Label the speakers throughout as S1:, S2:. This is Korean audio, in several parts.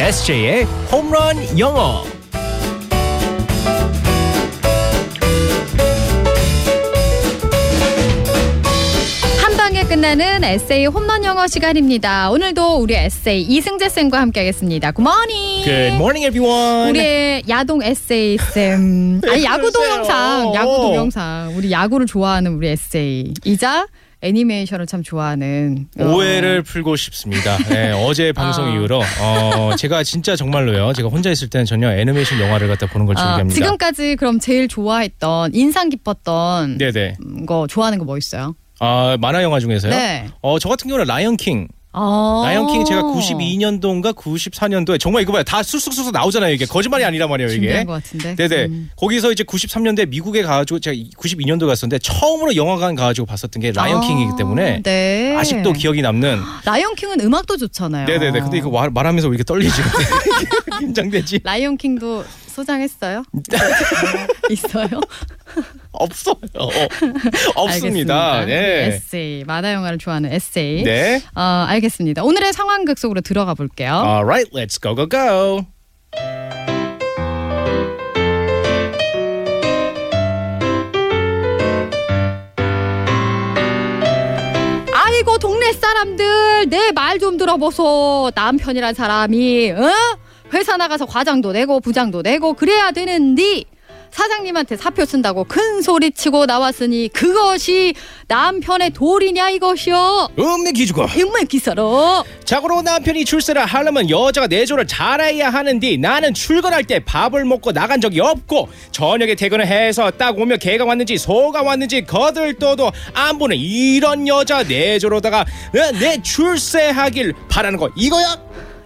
S1: SJ의 홈런 영어.
S2: 한 방에 끝나는 에세이 홈런 영어 시간입니다. 오늘도 우리 에세이 이승재 쌤과 함께하겠습니다. 굿모닝.
S1: Good morning, everyone.
S2: 네. 우리의 야동 에세이 쌤.
S1: 왜
S2: 아니 야구
S1: 그러세요?
S2: 동영상,
S1: 어.
S2: 야구 동영상. 우리 야구를 좋아하는 우리 에세이이자 애니메이션을 참 좋아하는 어.
S1: 오해를 풀고 싶습니다. 네, 어제 방송
S2: 아.
S1: 이후로 어, 제가 진짜 정말로요. 제가 혼자 있을 때는 전혀 애니메이션 영화를 갖다 보는 걸
S2: 아,
S1: 즐깁니다.
S2: 지금까지 그럼 제일 좋아했던 인상 깊었던
S1: 네네.
S2: 음, 거 좋아하는 거 뭐 있어요?
S1: 아 만화 영화 중에서요.
S2: 네.
S1: 어, 저 같은 경우는 라이언 킹.
S2: 어.
S1: 라이언 킹 제가 92년도인가 94년도에 정말 이거 봐요. 다 쑥쑥쑥 나오잖아요. 이게 거짓말이 아니란 말이에요. 이게.
S2: 준비한 것 같은데.
S1: 네네.
S2: 음.
S1: 거기서 이제 93년대 미국에 가가지고 제가 92년도 갔었는데 처음으로 영화관 가가지고 봤었던 게 라이언
S2: 아,
S1: 킹이기 때문에
S2: 네.
S1: 아직도 기억이 남는.
S2: 라이언 킹은 음악도 좋잖아요.
S1: 네네네. 근데 이거 말, 말하면서 왜 이렇게 떨리지? 긴장되지?
S2: 라이언 킹도 소장했어요?
S1: 음.
S2: 뭐, 있어요?
S1: 없어요. 없습니다.
S2: 알겠습니다.
S1: 네.
S2: 에세이 만화 영화를 좋아하는 에세이.
S1: 네.
S2: 어, 알겠습니다. 오늘의 상황극 속으로 들어가 볼게요.
S1: Alright, let's go go go.
S2: 아이고 동네 사람들 내 말 좀 들어보소. 남편이란 사람이 어? 회사 나가서 과장도 내고 부장도 내고 그래야 되는데 사장님한테 사표 쓴다고 큰 소리 치고 나왔으니 그것이 남편의 도리냐 이것이요.
S1: 음내 기주가.
S2: 정말 기사로.
S1: 자고로 남편이 출세를 하려면 여자가 내조를 잘해야 하는데 나는 출근할 때 밥을 먹고 나간 적이 없고 저녁에 퇴근을 해서 딱 오면 개가 왔는지 소가 왔는지 거들떠도 안 보는 이런 여자 내조로다가 내, 내 출세하길 바라는 거 이거야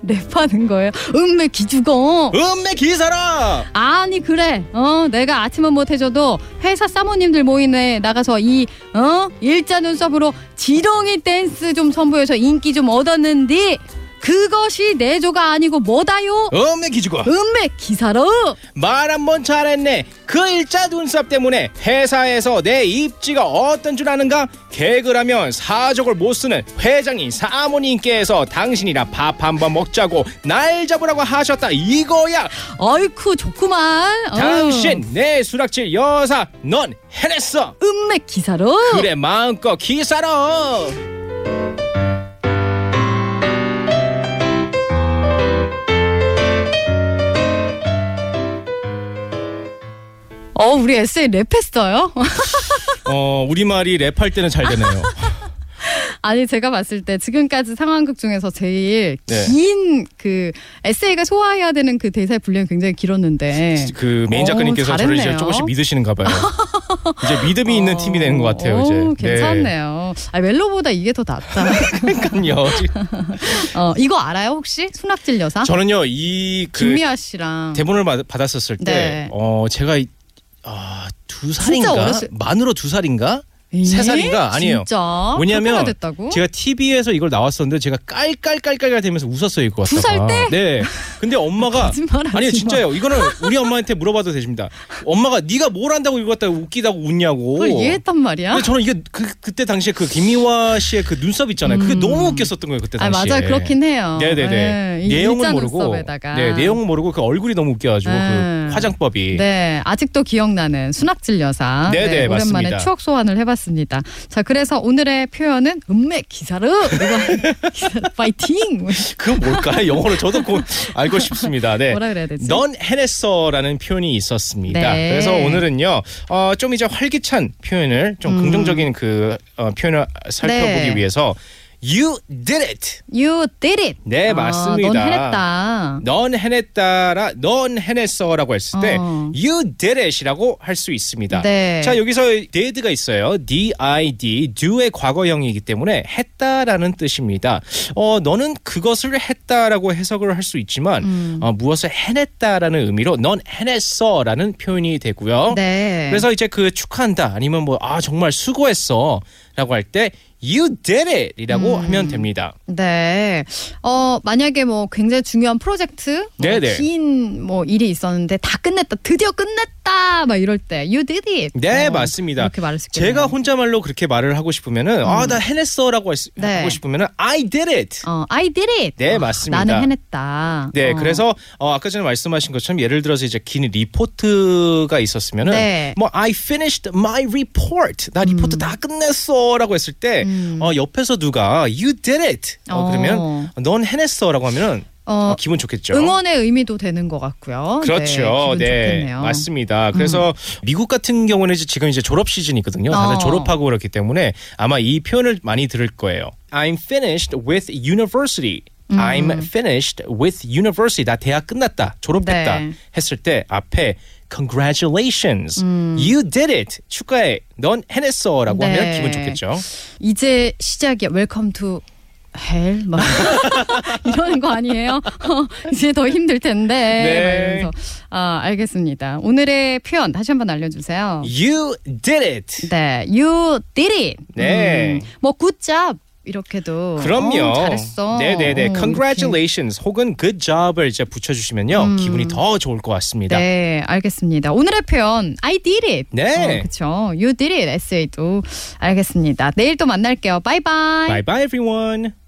S2: 랩하는 거예요. 음메 기죽어.
S1: 음매 기사라
S2: 아니 그래. 어 내가 아침은 못 해줘도 회사 사모님들 모임에 나가서 이 어 일자 눈썹으로 지렁이 댄스 좀 선보여서 인기 좀 얻었는데 그것이 내조가 아니고 뭐다요?
S1: 음매 기주고
S2: 음메 기사로.
S1: 말 한 번 잘했네 그 일자 눈썹 때문에 회사에서 내 입지가 어떤 줄 아는가 개그라면 사족을 못 쓰는 회장인 사모님께서 당신이랑 밥 한 번 먹자고 날 잡으라고 하셨다 이거야
S2: 어이쿠 좋구만. 어.
S1: 당신 내 수락질 여사 넌 해냈어
S2: 음메 기사로.
S1: 그래 마음껏 기사로
S2: 어 우리 에세이 랩했어요?
S1: 어 우리말이 랩할 때는 잘 되네요
S2: 아니 제가 봤을 때 지금까지 상황극 중에서 제일
S1: 네.
S2: 긴 그 에세이가 소화해야 되는 그 대사의 분량이 굉장히 길었는데
S1: 그 메인
S2: 어,
S1: 작가님께서 저를 이제
S2: 잘했네요.
S1: 조금씩 믿으시는가 봐요 이제 믿음이 있는
S2: 어,
S1: 팀이 되는 것 같아요
S2: 어,
S1: 이제
S2: 괜찮네요. 아, 멜로보다 이게 더 낫다.
S1: 네. 그러니까요 지금
S2: 어, 이거 알아요 혹시? 순학질 여사?
S1: 저는요 이 그
S2: 아? 김미아 씨랑
S1: 대본을 받- 받았었을 때
S2: 네.
S1: 어 제가 이- 아, 두
S2: 진짜
S1: 살인가
S2: 어렸을-
S1: 만으로 두 살인가
S2: 에이?
S1: 세 살인가 아니에요.
S2: 예? 진짜?
S1: 왜냐면
S2: 그렇게나 됐다고?
S1: 제가 TV에서 이걸 나왔었는데 제가 깔깔깔깔깔 되면서 웃었어요 이거
S2: 두
S1: 갖다가.
S2: 살 때?
S1: 네. 근데 엄마가
S2: 거짓말 하지
S1: 아니요
S2: 마.
S1: 진짜요. 이거는 우리 엄마한테 물어봐도 되십니다. 엄마가 네가 뭘 한다고 이거 갖다 가 웃기다고 웃냐고.
S2: 그걸 이해했단 말이야?
S1: 근데 저는 이게 그 그때 당시에 그 김미화 씨의 그 눈썹 있잖아요. 그게
S2: 음.
S1: 너무 웃겼었던 거예요 그때
S2: 아
S1: 그렇죠, 당시에.
S2: 맞아요 그렇긴 해요.
S1: 네네네.
S2: 어, 네, 이
S1: 내용은
S2: 일자
S1: 모르고.
S2: 눈썹에다가.
S1: 네, 내용은 모르고 그 얼굴이 너무 웃겨가지고
S2: 네.
S1: 그 화장법이.
S2: 네, 아직도 기억나는 순학질 여사.
S1: 네네,
S2: 오랜만에
S1: 맞습니다.
S2: 추억 소환을 해봤습니다. 자, 그래서 오늘의 표현은 음메 기사르, 이거 기사르 파이팅.
S1: 그 뭘까요? 영어로 저도 곧 알고 싶습니다. 네.
S2: 뭐라 그래야 되지?
S1: 넌 해냈어라는 표현이 있었습니다.
S2: 네.
S1: 그래서 오늘은요, 어, 좀 이제 활기찬 표현을 좀
S2: 음.
S1: 긍정적인 그 어, 표현을 살펴보기
S2: 네.
S1: 위해서 You did it.
S2: You did it.
S1: 네,
S2: 아,
S1: 맞습니다.
S2: 넌 해냈다.
S1: 넌 해냈다라, 넌 해냈어라고 했을 때
S2: 어.
S1: You did it이라고 할 수 있습니다.
S2: 네.
S1: 자 여기서 did가 있어요. did do의 과거형이기 때문에 했다라는 뜻입니다. 어 너는 그것을 했다라고 해석을 할 수 있지만
S2: 음.
S1: 어, 무엇을 해냈다라는 의미로 넌 해냈어라는 표현이 되고요.
S2: 네.
S1: 그래서 이제 그 축하한다 아니면 뭐 아 정말 수고했어라고 할 때 You did it! 이라고
S2: 음.
S1: 하면 됩니다.
S2: 네. 어, 만약에 뭐 굉장히 중요한 프로젝트, 뭐
S1: 네네.
S2: 긴뭐 일이 있었는데 다 끝냈다, 드디어 끝냈다, 막 이럴 때, you did it.
S1: 네,
S2: 어,
S1: 맞습니다.
S2: 이렇게 말할 수 있겠네요. 음.
S1: 제가 혼자말로 그렇게 말을 하고 싶으면은 아 나 해냈어라고 할 수-
S2: 네.
S1: 하고 싶으면은 I did it.
S2: 어, I did it.
S1: 네,
S2: 어,
S1: 맞습니다.
S2: 나는 해냈다.
S1: 네,
S2: 어.
S1: 그래서 어, 아까 전에 말씀하신 것처럼 예를 들어서 이제 긴 리포트가 있었으면은
S2: 네. 음.
S1: 뭐 I finished my report. 나 리포트 다 끝냈어라고 했을 때 어, 옆에서 누가 You did it. 어, 그러면 넌 해냈어라고 하면은
S2: 어,
S1: 어, 기분 좋겠죠.
S2: 응원의 의미도 되는 것 같고요.
S1: 그렇죠.
S2: 네, 기분
S1: 네,
S2: 좋겠네요. 음.
S1: 맞습니다. 그래서 미국 같은 경우는 이제 지금 이제 졸업 시즌이거든요. 다들
S2: 어.
S1: 졸업하고 그렇기 때문에 아마 이 표현을 많이 들을 거예요. I'm finished with university.
S2: 음.
S1: I'm finished with university. 나 대학 끝났다. 졸업했다.
S2: 네.
S1: 했을 때 앞에 congratulations. You did it. 축하해. 넌 해냈어라고
S2: 음. 네.
S1: 하면 기분 좋겠죠.
S2: 이제 시작이야. 웰컴 투 헬? 막 이러는 거 아니에요? 이제 더 힘들 텐데.
S1: 네.
S2: 막 이러면서. 아, 알겠습니다. 오늘의 표현 다시 한번 알려주세요.
S1: You did it.
S2: 네, you did it.
S1: 네.
S2: 음, 뭐 굿잡 이렇게도.
S1: 그럼요.
S2: 어, 잘했어.
S1: 네네네.
S2: 어, 이렇게.
S1: Congratulations 혹은 good job을 이제 붙여주시면요 기분이 더 좋을 것 같습니다.
S2: 음. 네, 알겠습니다. 오늘의 표현 I did it.
S1: 네.
S2: 어, 그렇죠. You did it. 에세이도 알겠습니다. 내일 또 만날게요. 바이바이.
S1: Bye bye everyone.